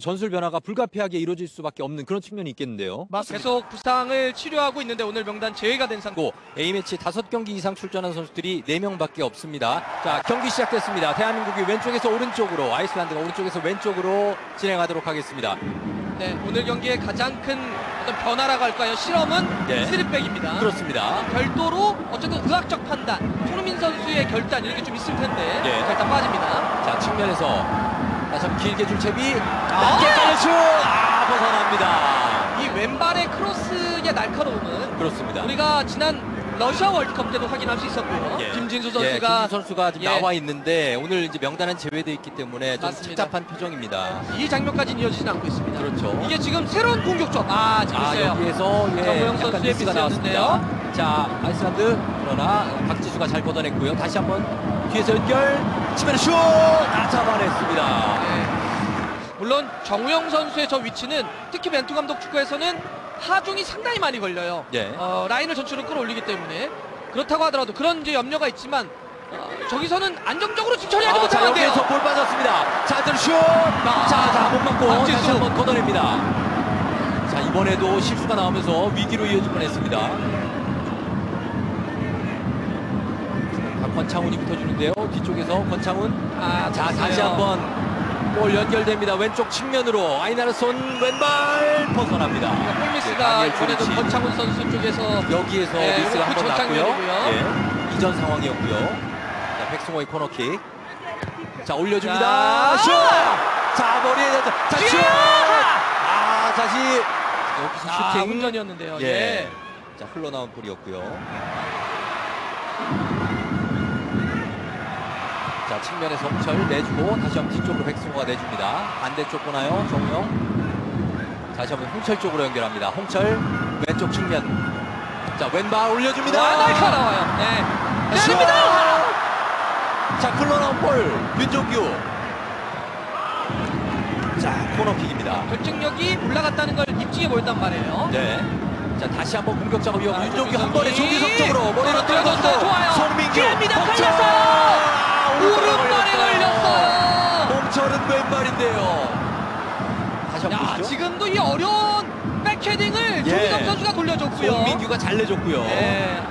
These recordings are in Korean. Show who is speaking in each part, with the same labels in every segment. Speaker 1: 전술 변화가 불가피하게 이루어질 수밖에 없는 그런 측면이 있겠는데요.
Speaker 2: 막 계속 부상을 치료하고 있는데 오늘 명단 제외가 된 상태.
Speaker 1: 고 A매치 5경기 이상 출전한 선수들이 4명밖에 없습니다. 자, 경기 시작됐습니다. 대한민국이 왼쪽에서 오른쪽으로, 아이슬란드가 오른쪽에서 왼쪽으로 진행하도록 하겠습니다.
Speaker 2: 네, 오늘 경기의 가장 큰 어떤 변화라고 할까요? 실험은
Speaker 1: 네.
Speaker 2: 스리백입니다.
Speaker 1: 그렇습니다.
Speaker 2: 별도로 어쨌든 의학적 판단, 손흥민 선수의 결단 이런 게 좀 있을 텐데
Speaker 1: 예.
Speaker 2: 결단 빠집니다.
Speaker 1: 자, 측면에서 다시 한번 길게 줄 채비.
Speaker 2: 아!
Speaker 1: 깨끗한 슛! 아, 벗어납니다.
Speaker 2: 이 왼발의 크로스의 날카로움은
Speaker 1: 그렇습니다.
Speaker 2: 우리가 지난 러시아 월드컵 때도 확인할 수 있었고요.
Speaker 1: 예.
Speaker 2: 김진수
Speaker 1: 예,
Speaker 2: 선수가
Speaker 1: 김진수 선수가 지금
Speaker 2: 예.
Speaker 1: 나와 있는데 오늘 이제 명단은 제외돼 있기 때문에 좀
Speaker 2: 맞습니다.
Speaker 1: 착잡한 표정입니다.
Speaker 2: 이 장면까지 이어지진 않고 있습니다.
Speaker 1: 그렇죠.
Speaker 2: 이게 지금 새로운 공격점. 아, 지금
Speaker 1: 아,
Speaker 2: 있어요.
Speaker 1: 여기에서 예,
Speaker 2: 정우영
Speaker 1: 약간
Speaker 2: 선수의
Speaker 1: 미스가
Speaker 2: 미스였는데요.
Speaker 1: 나왔습니다. 자, 아이슬란드 그러나 박지수가 잘 걷어냈고요. 다시 한번 뒤에서 연결 치면 슛! 아, 잡아냈습니다.
Speaker 2: 네. 물론 정우영 선수의 저 위치는 특히 벤투 감독 축구에서는 하중이 상당히 많이 걸려요.
Speaker 1: 예.
Speaker 2: 어, 라인을 전체로 끌어올리기 때문에 그렇다고 하더라도 그런 이제 염려가 있지만 어, 저기서는 안정적으로 지금 처리하지
Speaker 1: 아, 자,
Speaker 2: 못하는데요. 아,
Speaker 1: 여기에서 볼 받았습니다. 자, 들 슛! 자, 자, 못 맞고
Speaker 2: 박지수.
Speaker 1: 다시 한번 걷어냅니다. 자, 이번에도 실수가 나오면서 위기로 이어질 뻔했습니다. 자, 권창훈이 붙어주는데요. 뒤쪽에서 권창훈
Speaker 2: 아,
Speaker 1: 자
Speaker 2: 됐어요.
Speaker 1: 다시 한번 볼 연결됩니다. 왼쪽 측면으로 아이나르손 왼발 벗어납니다.
Speaker 2: 골미스가
Speaker 1: 예,
Speaker 2: 그러니까 이번에도
Speaker 1: 주리치.
Speaker 2: 권창훈 선수 쪽에서
Speaker 1: 여기에서
Speaker 2: 네,
Speaker 1: 미스가 한 번
Speaker 2: 그
Speaker 1: 났고요.
Speaker 2: 전장면이고요.
Speaker 1: 예, 이전 상황이었고요. 자, 백승호의 코너킥. 자
Speaker 2: 자.
Speaker 1: 올려줍니다. 슛! 자 머리에 자, 자 슛!
Speaker 2: 슛!
Speaker 1: 아 다시 여기서
Speaker 2: 아,
Speaker 1: 슈팅.
Speaker 2: 운전이었는데요.
Speaker 1: 예.
Speaker 2: 예.
Speaker 1: 자 흘러나온 골이었고요. 자 측면에서 홍철 내주고 다시 한번 뒤쪽으로 백승호가 내줍니다. 반대쪽 보나요 정우영. 다시 한번 홍철 쪽으로 연결합니다. 홍철 왼쪽 측면. 자 왼발 올려줍니다.
Speaker 2: 와, 아, 날카로워요. 네. 때립니다.
Speaker 1: 자, 흘러나온 볼 윤종규. 자, 코너킥입니다.
Speaker 2: 결정력이 올라갔다는 걸 입증해 보였단 말이에요.
Speaker 1: 네. 자, 다시 한번 공격 작업 이어
Speaker 2: 아,
Speaker 1: 윤종규 예, 한
Speaker 2: 조규성이.
Speaker 1: 번에 조규성 쪽으로 머리로
Speaker 2: 떨어졌어요.
Speaker 1: 때려줬어요.
Speaker 2: 좋아요.
Speaker 1: 손민규.
Speaker 2: 기회입니다.
Speaker 1: 홍철!
Speaker 2: 걸렸어요.
Speaker 1: 아, 오른발에
Speaker 2: 오른발에 걸렸어요.
Speaker 1: 홍철은 왼발인데요. 다시 한번
Speaker 2: 야,
Speaker 1: 보시죠.
Speaker 2: 지금도 이 어려운 백헤딩을
Speaker 1: 예.
Speaker 2: 조기성 선수가 돌려줬고요.
Speaker 1: 손민규가 잘 내줬고요.
Speaker 2: 예.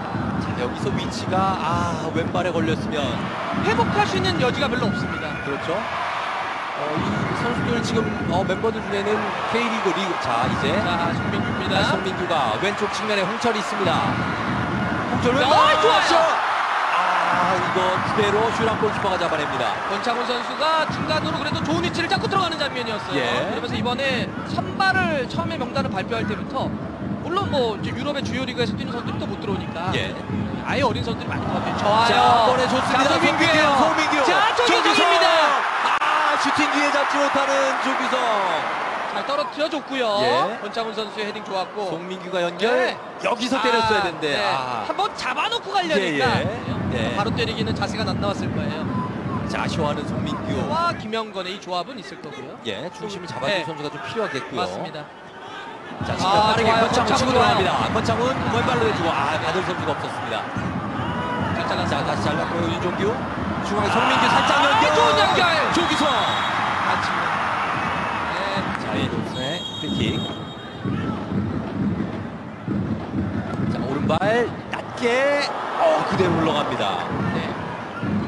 Speaker 1: 자, 여기서 위치가 아, 왼발에 걸렸으면
Speaker 2: 회복할 수 있는 여지가 별로 없습니다.
Speaker 1: 그렇죠. 어, 이 선수들 지금 어, 멤버들 중에는 K리그 리그 자 이제
Speaker 2: 자, 송민규입니다.
Speaker 1: 자, 손민규가 왼쪽 측면에 홍철이 있습니다. 홍철
Speaker 2: 야,
Speaker 1: 왼발
Speaker 2: 좋아요.
Speaker 1: 슛! 아 이거 그대로 슈랑 골키퍼가 잡아냅니다.
Speaker 2: 권창훈 선수가 중간으로 그래도 좋은 위치를 잡고 들어가는 장면이었어요.
Speaker 1: 예.
Speaker 2: 그러면서 이번에 선발을 처음에 명단을 발표할 때부터 물론 뭐 이제 유럽의 주요 리그에서 뛰는 선수들이 또 못 들어오니까
Speaker 1: 예.
Speaker 2: 아예 어린 선수들이 많이 들어왔어요.
Speaker 1: 자
Speaker 2: 좋아요.
Speaker 1: 이번에 좋습니다.
Speaker 2: 손민규예요.
Speaker 1: 손민규.
Speaker 2: 자, 조규성입니다.
Speaker 1: 아 슈팅 기회 잡지 못하는 조규성.
Speaker 2: 잘 떨어뜨려줬고요.
Speaker 1: 예.
Speaker 2: 권창훈 선수의 헤딩 좋았고.
Speaker 1: 송민규가 연결.
Speaker 2: 예.
Speaker 1: 여기서
Speaker 2: 아,
Speaker 1: 때렸어야 되는데.
Speaker 2: 네.
Speaker 1: 아.
Speaker 2: 한번 잡아놓고 가려니까
Speaker 1: 예, 예. 네.
Speaker 2: 바로 때리기는 자세가 안 나왔을 거예요.
Speaker 1: 자 아쉬워하는 송민규.
Speaker 2: 와 김영건의 이 조합은 있을 거고요.
Speaker 1: 예 중심을 잡아준
Speaker 2: 네.
Speaker 1: 선수가 좀 필요하겠고요.
Speaker 2: 맞습니다.
Speaker 1: 자, 지금
Speaker 2: 아,
Speaker 1: 빠르게
Speaker 2: 좋아요.
Speaker 1: 권창훈 치고
Speaker 2: 권창훈
Speaker 1: 들어갑니다. 권창훈 왼발로 해주고 아 받을 선수가 없었습니다.
Speaker 2: 괜찮아.
Speaker 1: 자 다시 잘랐고 윤종규 중앙
Speaker 2: 아,
Speaker 1: 송민규 살짝 연결.
Speaker 2: 아, 좋은 연결!
Speaker 1: 조기성.
Speaker 2: 맞습니다. 네.
Speaker 1: 자 예조선의 프리킥. 자 오른발 낮게 어 그대로 올라갑니다.
Speaker 2: 네.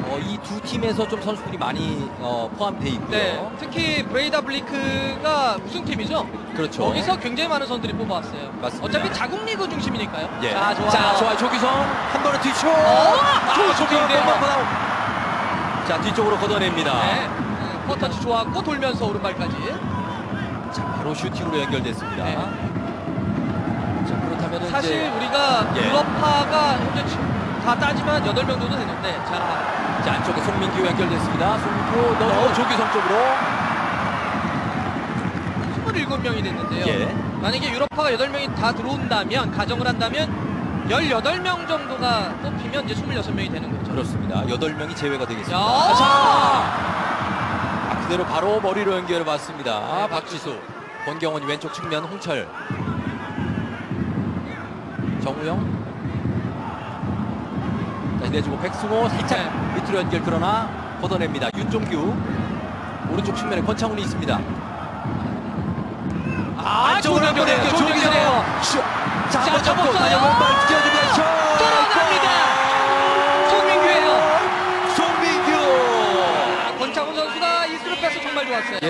Speaker 1: 어이 두 팀에서 좀 선수들이 많이 어, 포함돼 있고요.
Speaker 2: 네. 특히 브레이다 블리크가 우승팀이죠.
Speaker 1: 그렇죠.
Speaker 2: 거기서 굉장히 많은 선들이 뽑아왔어요.
Speaker 1: 맞습니다.
Speaker 2: 어차피 자국 리그 중심이니까요.
Speaker 1: 예.
Speaker 2: 자, 좋아요.
Speaker 1: 자, 좋아요. 조기성 한 번에 뒤쪽.
Speaker 2: 아, 조기인데요.
Speaker 1: 자, 뒤쪽으로 걷어냅니다.
Speaker 2: 네. 네. 퍼터치 좋았고 돌면서 오른발까지.
Speaker 1: 자, 바로 슈팅으로 연결됐습니다.
Speaker 2: 네.
Speaker 1: 자, 그렇다면
Speaker 2: 사실
Speaker 1: 이제
Speaker 2: 우리가
Speaker 1: 예.
Speaker 2: 유럽파가 현재 지금 다 따지면 8명 정도 되는데 자,
Speaker 1: 자, 안쪽에 송민규 연결됐습니다.
Speaker 2: 네.
Speaker 1: 송민규 넣어 조기성 쪽으로.
Speaker 2: 27명이 됐는데요.
Speaker 1: 예.
Speaker 2: 만약에 유럽파가 8명이 다 들어온다면 가정을 한다면 18명 정도가 뽑히면 이제 26명이 되는 거죠.
Speaker 1: 그렇습니다. 여덟 명이 제외가 되겠습니다.
Speaker 2: 야!
Speaker 1: 자, 아, 그대로 바로 머리로 연결해 봤습니다. 아,
Speaker 2: 네,
Speaker 1: 박지수, 권경훈 왼쪽 측면 홍철, 정우영. 다시 내주고 백승호 살짝 밑으로 연결 그러나 걷어냅니다. 윤종규 오른쪽 측면에 권창훈이 있습니다. 아, 안쪽으로
Speaker 2: 조기성,
Speaker 1: 연결해요.
Speaker 2: 조기성.
Speaker 1: 조기성이에요. 슛. 자, 한번 잡고 다시 왼발 뛰어줍니다. 슛.
Speaker 2: 끌어납니다. 손민규예요.
Speaker 1: 골! 손민규.
Speaker 2: 아, 권창훈 선수가 이스루 패스 정말 좋았어요.
Speaker 1: 예.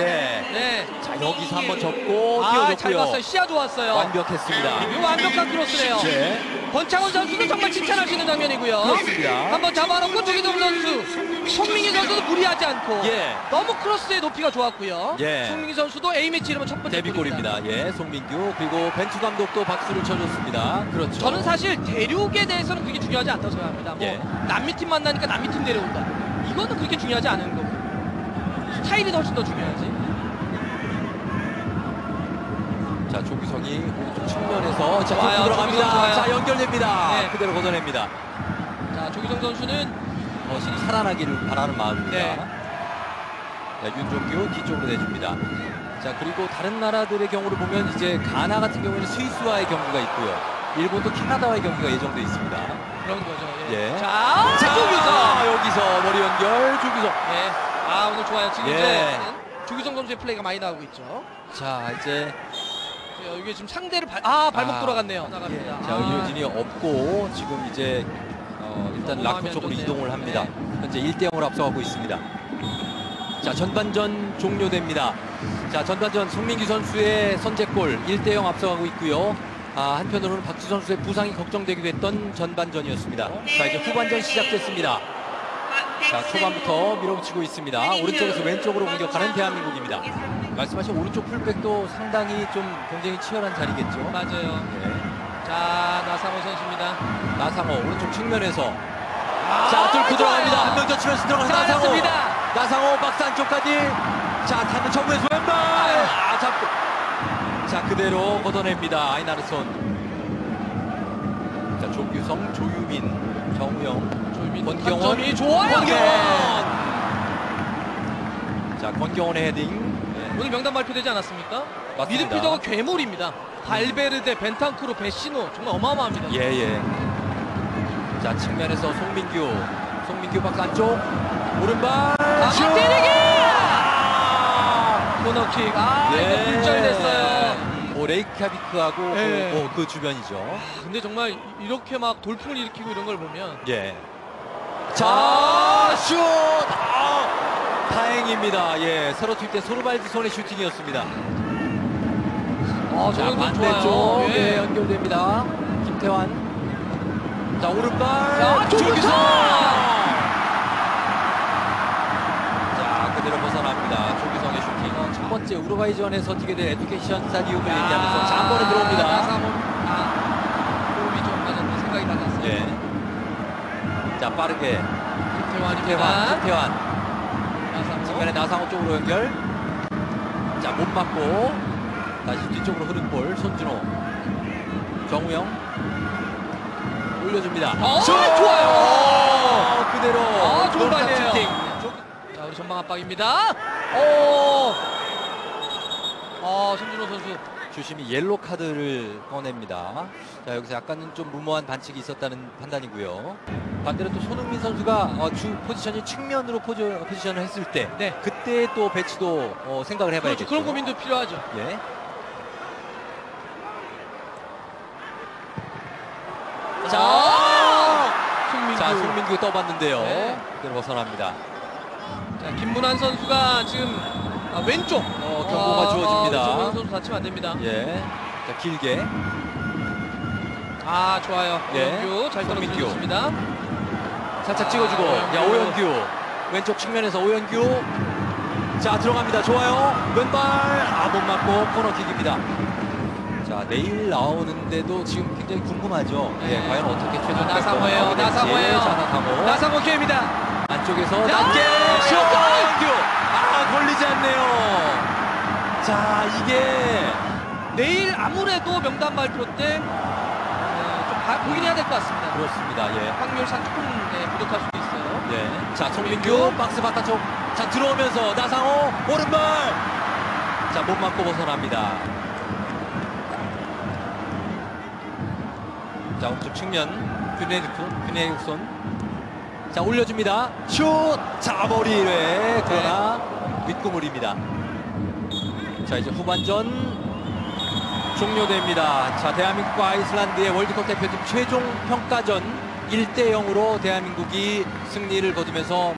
Speaker 2: 네.
Speaker 1: 자, 여기서 한번 접고
Speaker 2: 아, 잘 봤어요.
Speaker 1: 뛰어줬고요.
Speaker 2: 시야 좋았어요.
Speaker 1: 완벽했습니다.
Speaker 2: 이거 완벽한 크로스네요.
Speaker 1: 예.
Speaker 2: 권창훈 선수도 정말 칭찬할 수 있는 장면이고요.
Speaker 1: 그렇습니다.
Speaker 2: 한번 잡아놓고 조기동 선수, 손민기 선수도 무리하지 않고
Speaker 1: 예.
Speaker 2: 너무 크로스의 높이가 좋았고요.
Speaker 1: 예.
Speaker 2: 손민기 선수도 A매치 이름은 첫 번째 골입니다.
Speaker 1: 데뷔골입니다. 예, 송민규 그리고 벤투 감독도 박수를 쳐줬습니다. 그렇죠.
Speaker 2: 저는 사실 대륙에 대해서는 그게 중요하지 않다고 생각합니다. 뭐
Speaker 1: 예.
Speaker 2: 남미 팀 만나니까 남미 팀 내려온다. 이거는 그렇게 중요하지 않은 거고 스타일이 훨씬 더 중요하지.
Speaker 1: 자 조규성이 오른쪽 측면에서 자
Speaker 2: 좋아요,
Speaker 1: 좋게
Speaker 2: 조규성 좋아요.
Speaker 1: 들어갑니다. 자 연결됩니다.
Speaker 2: 네.
Speaker 1: 그대로 걷어냅니다.
Speaker 2: 자 조기성 선수는
Speaker 1: 거신이 살아나기를 바라는 마음입니다.
Speaker 2: 네.
Speaker 1: 자, 윤종규 뒤쪽으로 내줍니다. 자 그리고 다른 나라들의 경우를 보면 이제 가나 같은 경우에는 스위스와의 경기가 있고요. 일본도 캐나다와의 경기가 예정돼 있습니다.
Speaker 2: 그런 거죠. 예.
Speaker 1: 예.
Speaker 2: 자,
Speaker 1: 자,
Speaker 2: 조규성.
Speaker 1: 여기서 머리 연결 조규성.
Speaker 2: 예. 아 오늘 좋아요. 지금
Speaker 1: 예.
Speaker 2: 이제 조규성 선수의 플레이가 많이 나오고 있죠.
Speaker 1: 자 이제
Speaker 2: 예, 이게 지금 상대를 발, 아 발목
Speaker 1: 아.
Speaker 2: 돌아갔네요. 나갑니다.
Speaker 1: 자, 의료진이 없고 지금 이제 어, 일단
Speaker 2: 너무
Speaker 1: 라코
Speaker 2: 마음이 안
Speaker 1: 쪽으로
Speaker 2: 좋네요.
Speaker 1: 이동을 합니다. 현재 1대 0으로 앞서가고 있습니다. 자, 전반전 종료됩니다. 자, 전반전 송민규 선수의 선제골 1대 0 앞서가고 있고요. 아, 한편으로는 박주 선수의 부상이 걱정되기도 했던 전반전이었습니다. 자, 이제 후반전 시작됐습니다. 자, 초반부터 밀어붙이고 있습니다. 오른쪽에서 왼쪽으로 공격하는 대한민국입니다. 말씀하신 오른쪽 풀백도 상당히 좀 굉장히 치열한
Speaker 2: 아,
Speaker 1: 자리겠죠.
Speaker 2: 맞아요.
Speaker 1: 네.
Speaker 2: 자 나상호 선수입니다. 아,
Speaker 1: 나상호 오른쪽 측면에서 자 뚫고 들어갑니다 한 명 더 치면서 들어가서 나상호
Speaker 2: 잘했습니다.
Speaker 1: 나상호 박스 안쪽까지 자 타는 정부에서 왼발 아 잡고 자 그대로 걷어냅니다 아이나르손 자 조규성 조유민 정우영
Speaker 2: 조민
Speaker 1: 권경원
Speaker 2: 이 좋아요.
Speaker 1: 권경원
Speaker 2: 권경원.
Speaker 1: 자 권경원의 헤딩 네.
Speaker 2: 오늘 명단 발표되지 않았습니까?
Speaker 1: 맞습니다.
Speaker 2: 미드필더가 괴물입니다. 발베르데, 벤탄크루, 베시노 정말 어마어마합니다.
Speaker 1: 예예 자 측면에서 송민규 송민규 박스 안쪽 오른발
Speaker 2: 아,
Speaker 1: 슛! 아,
Speaker 2: 때리기! 코너킥. 아
Speaker 1: 예.
Speaker 2: 이거 굴절됐어요.
Speaker 1: 뭐 레이캬비크하고
Speaker 2: 예.
Speaker 1: 그, 뭐그 주변이죠.
Speaker 2: 아, 근데 정말 이렇게 막 돌풍을 일으키고 이런 걸 보면
Speaker 1: 예. 자, 슛! 아, 다행입니다. 예, 새로 투입된 소르발드 손의 슈팅이었습니다.
Speaker 2: 아,
Speaker 1: 자,
Speaker 2: 저는
Speaker 1: 반대쪽 예,
Speaker 2: 예.
Speaker 1: 연결됩니다. 김태환. 자, 오른발.
Speaker 2: 자, 조규성!
Speaker 1: 자, 그대로 벗어납니다. 조규성의 슈팅. 첫 번째 우루과이전에서 뛰게 된 에듀케이션 스타디움을 얘기하면서 자, 한 번에 들어옵니다.
Speaker 2: 나사모. 아, 호흡이 좀 맞았네. 생각이 달랐어요.
Speaker 1: 예. 자 빠르게
Speaker 2: 김태환입니다.
Speaker 1: 김태환 김태환
Speaker 2: 나사모.
Speaker 1: 측면에 나상호 쪽으로 연결 자 못 맞고 다시 뒤쪽으로 흐른 볼 손준호 정우영 올려줍니다
Speaker 2: 어,
Speaker 1: 슛!
Speaker 2: 좋아요.
Speaker 1: 어, 그대로
Speaker 2: 아, 좋은
Speaker 1: 돌탑
Speaker 2: 발이에요.
Speaker 1: 슈팅.
Speaker 2: 조- 자, 우리 전방 압박입니다. 오. 아, 손준호 선수.
Speaker 1: 주심이 옐로 카드를 꺼냅니다. 자 여기서 약간은 좀 무모한 반칙이 있었다는 판단이고요. 반대로 또 손흥민 선수가 어, 주 포지션이 측면으로 포지, 포지션을 했을 때,
Speaker 2: 네.
Speaker 1: 그때 또 배치도 어, 생각을 해봐야죠.
Speaker 2: 그렇죠. 그런 고민도 필요하죠.
Speaker 1: 예. 아. 자,
Speaker 2: 아! 송민규.
Speaker 1: 자 손민규 떠봤는데요.
Speaker 2: 네.
Speaker 1: 그대로 벗어납니다.
Speaker 2: 자, 김문환 선수가 지금 아, 왼쪽
Speaker 1: 어, 경고가
Speaker 2: 아,
Speaker 1: 주어집니다.
Speaker 2: 아, 정우영 선수 다치면 안 됩니다.
Speaker 1: 예. 자 길게.
Speaker 2: 아 좋아요.
Speaker 1: 예.
Speaker 2: 오영규 잘
Speaker 1: 손민규.
Speaker 2: 떨어뜨렸습니다.
Speaker 1: 살짝 찍어주고
Speaker 2: 아,
Speaker 1: 야
Speaker 2: 오연규.
Speaker 1: 오연규 왼쪽 측면에서 오연규 자 들어갑니다 좋아요 왼발 아못 맞고 코너킥입니다 자 내일 나오는데도 지금 굉장히 궁금하죠
Speaker 2: 네.
Speaker 1: 예 과연 어떻게 최종
Speaker 2: 아,
Speaker 1: 결과가
Speaker 2: 나상호예요,
Speaker 1: 나오게 될지.
Speaker 2: 나상호예요.
Speaker 1: 자 나상호
Speaker 2: 나상호 기회입니다.
Speaker 1: 안쪽에서
Speaker 2: 야,
Speaker 1: 낮게
Speaker 2: 야,
Speaker 1: 슛
Speaker 2: 골!
Speaker 1: 오연규 아 걸리지 않네요 자 이게
Speaker 2: 내일 아무래도 명단 발표 때좀 보긴 해야 될 것 같습니다.
Speaker 1: 그렇습니다 예
Speaker 2: 확률상 조금 네, 부족할 수도 있어요.
Speaker 1: 네. 자, 송민규 박스 바깥쪽. 자, 들어오면서 나상호 오른발. 자, 못 맞고 벗어납니다. 자, 오른쪽 측면 균해육손, 균해육손. 자, 올려줍니다. 슛! 자, 머리에 그러나 윗구물입니다. 자, 이제 후반전 종료됩니다. 자, 대한민국과 아이슬란드의 월드컵 대표팀 최종 평가전 1대 0으로 대한민국이 승리를 거두면서